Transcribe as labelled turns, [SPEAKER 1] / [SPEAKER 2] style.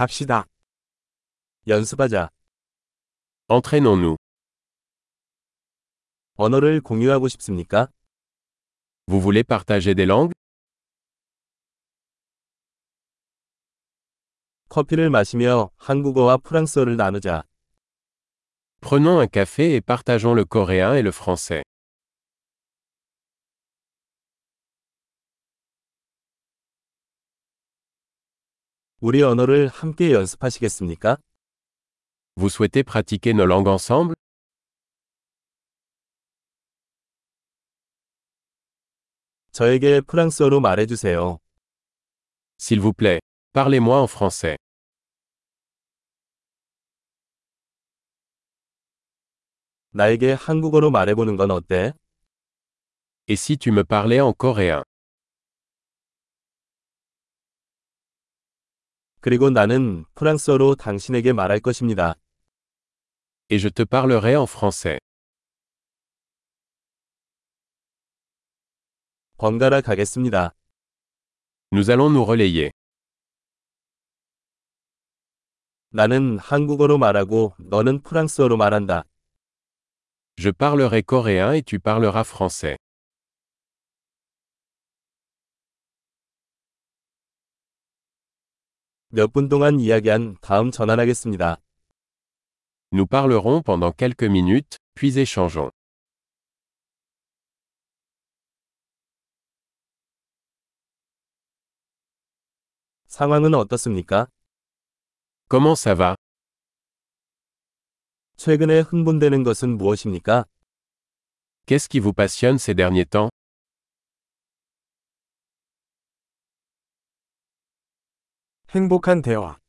[SPEAKER 1] 갑시다.
[SPEAKER 2] 연습하자. Entraînons-nous.
[SPEAKER 1] 언어를 공유하고 싶습니까?
[SPEAKER 2] Vous voulez partager des langues
[SPEAKER 1] 커피를 마시며 한국어와 프랑스어를 나누자.
[SPEAKER 2] Prenons un café et partageons le coréen et le français.
[SPEAKER 1] 우리 언어를 함께 연습하시겠습니까?
[SPEAKER 2] Vous souhaitez pratiquer nos langues ensemble
[SPEAKER 1] 저에게 프랑스어로 말해주세요.
[SPEAKER 2] S'il vous plaît, parlez-moi en français.
[SPEAKER 1] 나에게 한국어로 말해보는 건 어때?
[SPEAKER 2] Et si tu me parlais en coréen
[SPEAKER 1] 그리고 나는 프랑스어로 당신에게 말할 것입니다.
[SPEAKER 2] Et je te parlerai en français.
[SPEAKER 1] 번갈아 가겠습니다.
[SPEAKER 2] Nous allons nous relayer.
[SPEAKER 1] 나는 한국어로 말하고 너는 프랑스어로 말한다.
[SPEAKER 2] Je parlerai coréen et tu parleras français.
[SPEAKER 1] 몇 분 동안 이야기한 다음 전환하겠습니다.
[SPEAKER 2] Nous parlerons pendant quelques minutes, puis échangeons.
[SPEAKER 1] 상황은 어떻습니까?
[SPEAKER 2] Comment ça va
[SPEAKER 1] 최근에 흥분되는 것은 무엇입니까?
[SPEAKER 2] Qu'est-ce qui vous passionne ces derniers temps
[SPEAKER 1] 행복한 대화.